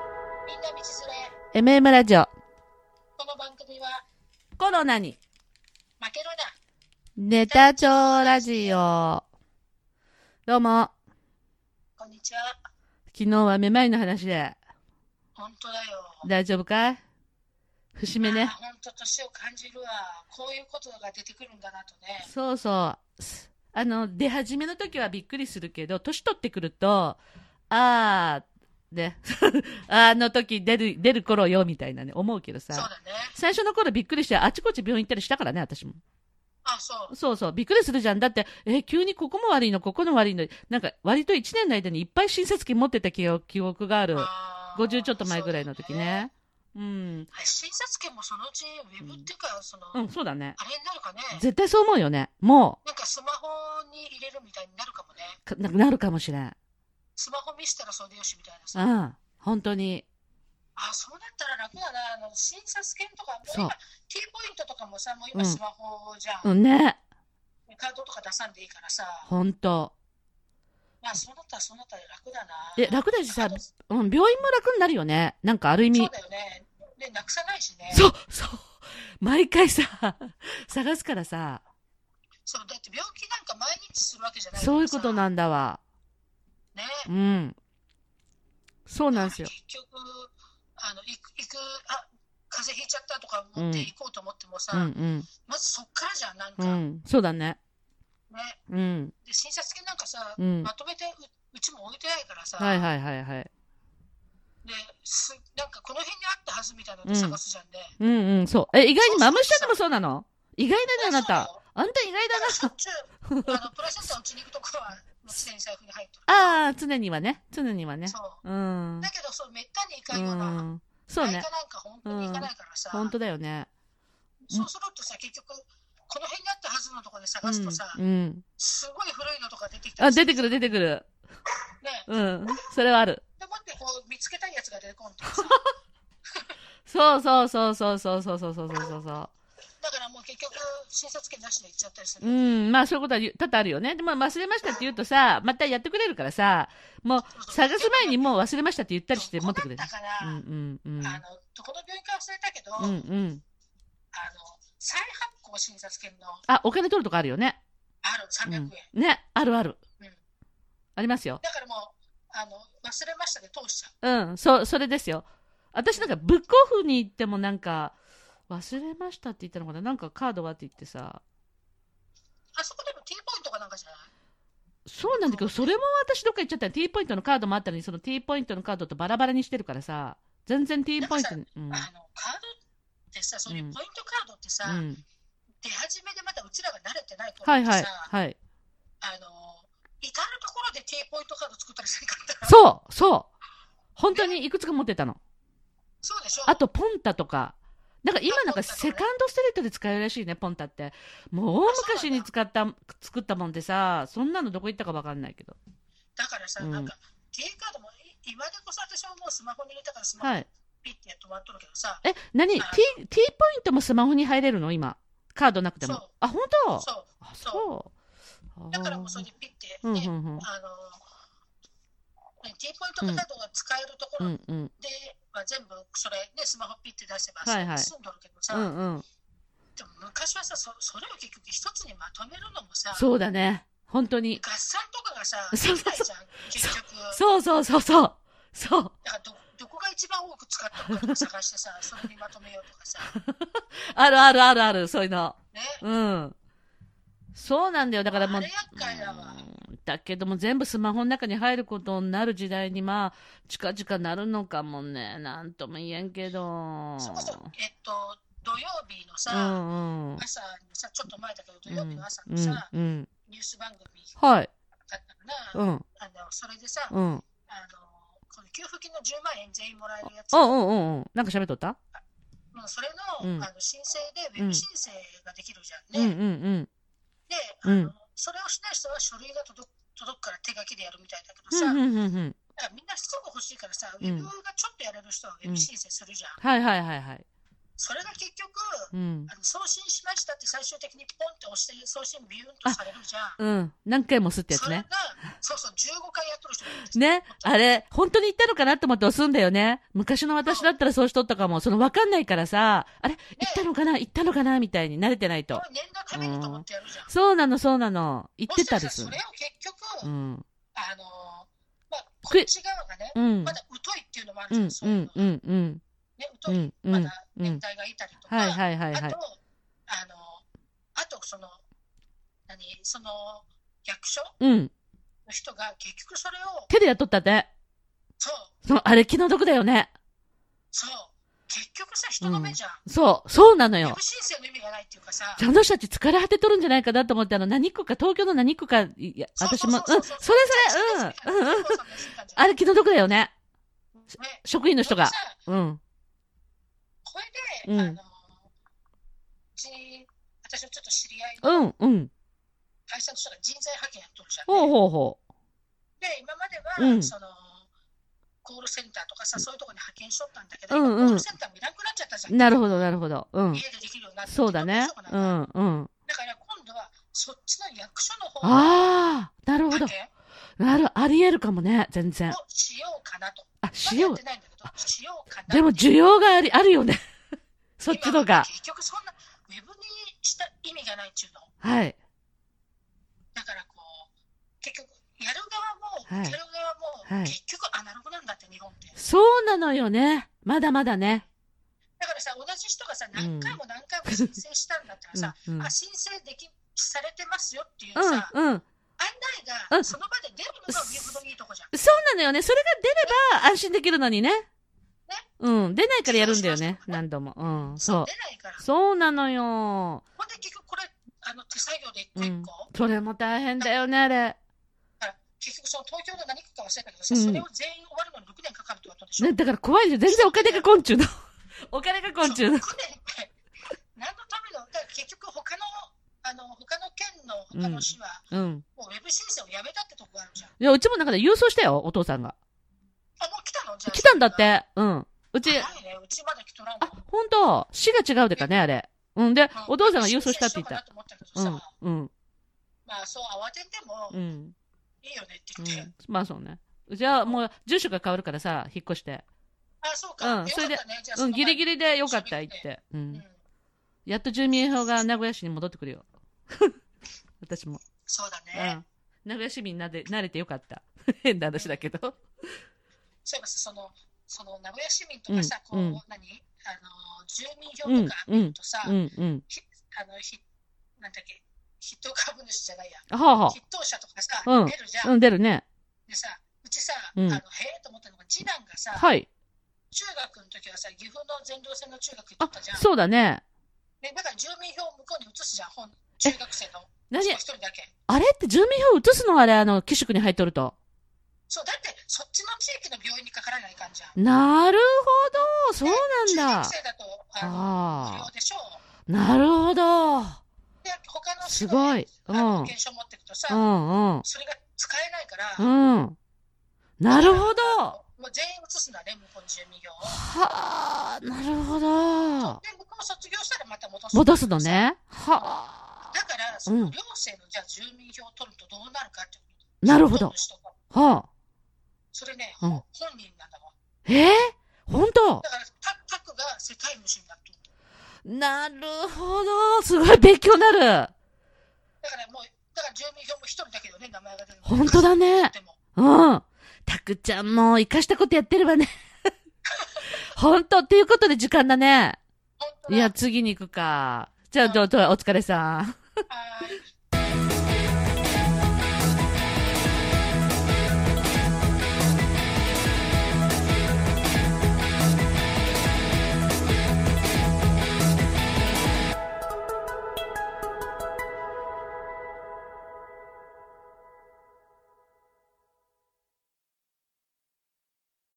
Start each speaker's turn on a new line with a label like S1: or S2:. S1: 田道連れ
S2: MM ラジオ
S1: この番組は
S2: コロナに
S1: 負けるな
S2: ネタ帳ラジオどうも
S1: こんにちは
S2: 昨日はめまいの話で
S1: 本当だよ
S2: 大丈夫かい節目ね
S1: あー本当年を感じるわこういうことが出てくるんだなとね
S2: そうそうすあの出始めの時はびっくりするけど年取ってくるとあーね あの時出る出る頃よみたいなね思うけど
S1: そう
S2: さ
S1: だね
S2: 最初の頃びっくりしてあちこち病院行ったりしたからね私も
S1: あそう
S2: そうそう、びっくりするじゃん。だって、え、急にここも悪いの、ここの悪いの、なんか、割と1年の間にいっぱい診察券持ってた記憶記憶がある。
S1: あー
S2: 50ちょっと前ぐらいの時ね。うん。
S1: そうだよね診察券もそのうちウェブっていうか、その、
S2: うん、そうだね。
S1: あれになるかね
S2: 絶対そう思うよね。も
S1: なんかスマホに入れるみたいになるかもね
S2: う、かななるかもしれん。
S1: スマホ見せたらそれでよしみたいな
S2: う
S1: さ、
S2: ん。本当に。
S1: あそうなったら楽だなあの診察券とかもう
S2: そう
S1: 今 T ポイントとかもさもう今
S2: うん
S1: スマホじゃん、
S2: うんね。
S1: カードとか出さんでいいからさ
S2: 本当。
S1: まあそうなったらそうなったら楽だな
S2: で、楽だしさ、
S1: あ
S2: うん
S1: と、
S2: 病院も楽になるよね。なんか、ある意
S1: そう
S2: 味。
S1: だよねでなくさないしね
S2: そう、そう。毎回さ、探すからさ、
S1: そうだって病気なんか毎日するわけじゃないからさ
S2: そういうことなんだわ。
S1: ね
S2: うん。そうなんですよ。
S1: 結局あの行く行くあ風邪ひいちゃったとか思って
S2: うん
S1: 行こうと思っても
S2: う
S1: さ、
S2: んうん。
S1: まずそっからじゃんなんか、
S2: うん、そうだね。
S1: ね
S2: うん。
S1: で診察券なんかさ、
S2: うん
S1: まとめてううちも置いてないからさ、
S2: はいはいはいはい。
S1: ですなんかこの辺にあったはずみたいなので探すじゃんね、
S2: うんうん、そう。え、意外にマムシちゃんでもそうなの意外だね、あな
S1: そう
S2: た
S1: よ。
S2: あんた意外
S1: だからし
S2: だ
S1: ょっちゅうあのプラセンタを打ちに行くとこはもう常に財布に入ってる
S2: な。ああ、常にはね。常にはね。
S1: そう
S2: うん。
S1: だけどそうめったに行
S2: う
S1: かんような、
S2: ん。そうね
S1: 内科。なんか本当に行かないからさ、
S2: 本当だよね。
S1: そうするとさ結局この辺にあったはずのところで探すとさ、
S2: うん。うん
S1: すごい古いのとか出てきた
S2: あ、
S1: りす
S2: 出てくる出てくる。
S1: ね
S2: うん。それはある。
S1: でもってこう見つけたいやつが出てこんとかさ
S2: そうそうそうそうそうそうそうそうそう
S1: だ
S2: そ
S1: からもう結局診察券なしで行っちゃったりす
S2: う。
S1: る、
S2: う
S1: そ
S2: ん。まあそういうことは多々あるよね。でも忘れましたって言うとさ、またやってくれるからさ、もう
S1: うそう
S2: 探す前にもう忘れましたって言ったりして持ってくれる
S1: どこ。だった
S2: う
S1: かな、
S2: んうんうん。
S1: あのどこの病院か忘れたけど、
S2: うんうん。
S1: あの再発行診察券の
S2: あ、お金取るとこあるよね。
S1: ある300円、
S2: うん、ね、あるある。
S1: うん
S2: ありますよ。
S1: だからもうあの忘れましたで通しちゃう
S2: うん、そ、それですよ。私なんか、ブックオフに行ってもなんか、忘れましたって言ったのかななんかカードはって言ってさ。
S1: あそこでも T ポイントかなんかじゃない
S2: そうなんだけど、それも私どっか行っちゃったら T ポイントのカードもあったのに、その T ポイントのカードとバラバラにしてるからさ、全然 T ポイントに、うん。
S1: あのカードってさ、そういうポイントカードってさ、
S2: うん、
S1: 出始めでまだうちらが慣れてない頃
S2: は
S1: っ
S2: い
S1: て
S2: はい、
S1: さ、
S2: はい。
S1: あの至るところで T ポイントカード作ったりせんかったう
S2: そうそう本当にいくつか持ってたの。
S1: そうでしょ
S2: あと、ポンタとか。なんか今なんか
S1: あポンタとか
S2: セ
S1: ね
S2: カンドストレートで使えるらしいね、ポンタって。もう大昔に使った、作ったもんでさ、そんなのどこ行ったかわかんないけど。
S1: だからさ、
S2: うん
S1: なんか T カードもい今でこそ私はもうスマホに入れたからスマホ
S2: は
S1: に
S2: い。
S1: ピッてやってもらっとるけどさ、
S2: え、何 ?T、T
S1: あ
S2: ポイントもスマホに入れるの今。カードなくて
S1: そ
S2: も
S1: う。
S2: あ、本当
S1: そ
S2: あ、そ
S1: う
S2: う。
S1: だからもうそれ
S2: あ
S1: でピッて、
S2: ーうんう
S1: ね
S2: んうん。
S1: あのね T ポイントカードが使えるとこ
S2: う
S1: ろ
S2: んうん。
S1: で、まあ、全部それねスマホピッて出せば
S2: はいはい
S1: 済んどるけどさ、
S2: うんうん。
S1: でも昔はさそそれを結局一つにまとめるのもさ
S2: そうだね。本当に。
S1: 合算とかがさでき
S2: そう
S1: な
S2: そうそ
S1: い
S2: う
S1: じゃん結局
S2: そうそうそうそう。そう。
S1: だからどどこが一番多く使ったのかとか探 してさそれにまとめようとかさ
S2: あるあるあるある、そういうの。
S1: ね
S2: うん。そうなんだよ。だからもう
S1: あれ厄介だわ
S2: うんだけども全部スマホの中に入ることになる時代にまあ近々なるのかもねなんとも言えんけど
S1: そこそえっと土曜日のさ、
S2: うんうん
S1: 朝にさちょっと前だけど土
S2: う
S1: 曜
S2: ん
S1: 日の朝にさ、
S2: うんうん
S1: ニュース番組だ
S2: はい
S1: ったか
S2: う
S1: ら、
S2: ん
S1: あのそれでさ、
S2: うんうん
S1: あのこの給付金の10万円全員もらえるやつ、
S2: うんうんうんなんか喋っとった
S1: もうそれの,、
S2: うん
S1: あの申請でウェブ申請ができるじゃ
S2: うん
S1: ん
S2: う
S1: ね、
S2: んうん
S1: で、あ
S2: うん
S1: のそれをしない人は書類が届く届くから手書きでやるみたいだけど
S2: う
S1: さ、
S2: んうんうんうん
S1: だからみんなすぐ欲しいからさ、
S2: ん
S1: ウェブがちょっとやれる人はウェブ申請するじゃん。
S2: はいはいはいはい
S1: それが結局、
S2: うん。
S1: あの送信しましたって最終的にポンって押して送信ビューンとされるじゃん。
S2: うん。何回も吸ってや
S1: そ
S2: つ
S1: れ
S2: ね
S1: が。、そうそう、15回やってる人がいるんですよ
S2: ね、あれ、本当に言ったのかなって思って押すんだよね。昔の私だったらそうしとったかも。その分かんないからさ、あれ、言ったのかな言ったのかなみたいに慣れてないと
S1: こ。れ念のためにと思ってやるじゃん。
S2: そうなの、そうなの。言ってたで
S1: もし
S2: す
S1: かし。らそれを結
S2: う
S1: 局、
S2: ん。
S1: あのーまあ、こ
S2: く
S1: っち側がね、
S2: うん
S1: ま。だ疎いっていうのもある
S2: う
S1: じゃん、
S2: ん、
S1: そうういうんの、
S2: う
S1: が
S2: ん、うん。
S1: ね、
S2: う
S1: 疎い、
S2: ん、う
S1: ま
S2: ん。
S1: だ年代がいたりとか、
S2: はい、はい、はい、は
S1: あ
S2: い
S1: と。、あのーあと、その、何、その、役所
S2: うん。
S1: の人が結局それを、
S2: 手でやっとったね。
S1: そう、
S2: その、あれ、気の毒だよね。
S1: そう、結局さ、人の目じゃん。
S2: そう、そうなの
S1: 自
S2: よ
S1: 己。申請の意味がないっていうかさ、
S2: あの人たち疲れ果てとるんじゃないかなと思って、あの、何区か、東京の何区か、いいや
S1: そう
S2: 私も、うん、そ
S1: そう
S2: れ
S1: そう
S2: それ、うん、うん、うん。あ
S1: あ
S2: れ、気の毒だよね。
S1: ね、
S2: 職員の人が
S1: そ。れでさ
S2: うん。
S1: これ
S2: うん
S1: で、あのうち私のちょっと知り合いの
S2: うん、うん。
S1: 会社の人が人材派遣やっとるじゃん、
S2: ほうほうほ
S1: で今までは、
S2: うん
S1: そのコールセンターとかさそういうところに派遣しとったんだけど、
S2: うんうん
S1: 今コールセンターもいらなくなっちゃったじゃ
S2: う。
S1: ん、
S2: なるほど、なるほど。うん
S1: 家。でできるようになって
S2: そうだね
S1: 自分。
S2: う
S1: の
S2: ん、うん。
S1: 部署がなっただから今度はそっちの役所の方の
S2: ああ、なるほど
S1: 派。遣
S2: なる、あり得るかもね、全然
S1: を。しようかなと
S2: あ、し
S1: ま
S2: よ
S1: だやってないんだけどしようか
S2: う。
S1: な
S2: でも、需要があり、あるよ ね。そっち
S1: 今
S2: の
S1: は
S2: が。
S1: 結局そんなウェブにした意味がないっていうの
S2: はい。
S1: だからこう結局やる側も
S2: はい
S1: 受ける側
S2: はい
S1: も結局アナログなんだって日本って、
S2: そうなのよね。まだまだね。
S1: だからさ同じ人がさ
S2: う
S1: 何
S2: ん
S1: 回も何回も申請したんだったらさ、
S2: うん、うん
S1: あ申請できされてますよっていうさ、案
S2: うん、うん。
S1: 内
S2: うん
S1: がその場で出るのが見ほどいいとこじゃん、
S2: そうなのよね。それが出れば安心できるのにね。うん。出ないからやるんだよね。何度も。うん。そう。
S1: 出ないから
S2: そうなのよ。
S1: ほんで結局これあの手作業で一個一個、だ
S2: それも大変だよね、あれ。
S1: から結局その東京の何区か忘れたけどさ、
S2: うん
S1: それを全員終わるのに6年かかるってことでしょ、
S2: ね、だから怖いよ。全然お金が昆虫の。 お金が昆
S1: そう6
S2: 虫の
S1: 年。って何のためのだから結局他のあの他の県の他の市は、
S2: うん。
S1: もうウェブ申請をやめたってとこがあるじゃん。
S2: いや、うちもなんかで郵送したよ、お父さんが。
S1: あ、もう来たのじゃあ
S2: 来たんだっ
S1: あ
S2: て。うん。うち、
S1: ないね。うちまだ来とらん
S2: あ
S1: わ。、
S2: ほんと、市が違うでかね、あれ。うん。で、
S1: うん
S2: お父さんが郵送したって言
S1: 申請しよう
S2: っ
S1: かな
S2: た。
S1: と思ったけど
S2: う
S1: さ
S2: ん。うん。
S1: まあそう慌てても
S2: うん。うん。
S1: いいよねって言って。
S2: まあそうね。うちはもう、住所が変わるからさ、引っ越して。
S1: あ、そうか。
S2: うん
S1: よ
S2: そ
S1: か
S2: れ
S1: っ
S2: で
S1: たね。じゃあ
S2: うん、ギリギ
S1: リ。
S2: リでよかった、言って。う
S1: うんん。
S2: やっと住民票が名古屋市に戻ってくるよ。 私も。
S1: そうだ
S2: うん。
S1: ね。
S2: 名古屋市民なで慣れてよかった。 変な話だけど。
S1: そういえばさその、その名古屋市民とかさ、こう
S2: うん、
S1: 何あの、住民票とか見るとさ、
S2: うんうん。
S1: ひあの、ひ、なんだっけ、筆頭株主じゃないや。
S2: あはあは
S1: 筆頭者とかさ、
S2: うん
S1: 出るじ
S2: あ。
S1: ゃ。
S2: うんん、出るね。
S1: でさ、うちさ、あ
S2: う
S1: の、へ
S2: ん
S1: えと思ったのが、次男がさ、
S2: はい。
S1: 中学の時はさ、岐阜の全寮制の中学行っと
S2: あ
S1: ったじゃ、ん。
S2: そうだね。
S1: ね、だから住民票を向こうに移すじゃん、本中学生の
S2: 何
S1: 一人だけ。
S2: あれって住民票移すのあれ、あの、寄宿に入っとると。
S1: そう、だってそっちの地域の病院にかからない感じゃん。
S2: なるほど。そうなん
S1: 中学
S2: だ。
S1: 生だと、あの、無
S2: あ
S1: 料でしょ
S2: あ。なるほど。うん
S1: で、他の
S2: すごい
S1: 人の
S2: うん
S1: あの保険証持ってくとさ、
S2: うん。
S1: それが使えないから、
S2: うん。なるほど。
S1: あ
S2: は
S1: のもう全員移すんだね、向こうの住民票を。
S2: あ、なるほど。
S1: で、向こう卒業したらまた戻す。
S2: 戻すの。ね。はあ。
S1: だから、そうの
S2: ん
S1: 寮生のじゃあ住民票を取るとどうなるかってこと。
S2: なるほど
S1: 住民票の人が
S2: はあ。
S1: それね、
S2: うん
S1: 本人なんだわ。
S2: えー、本当
S1: だからタタクが世界虫になってる
S2: なるほど。すごい勉強になる。
S1: だからもうだから住民票も一人だけどね名前が出るの
S2: 本当だね
S1: でも
S2: うん。たくちゃんも生かしたことやってればね。 本当っていうことで時間だね。
S1: 本当だ
S2: いや、次に行くか。じゃあ、どうぞ、お疲れさん。
S1: はい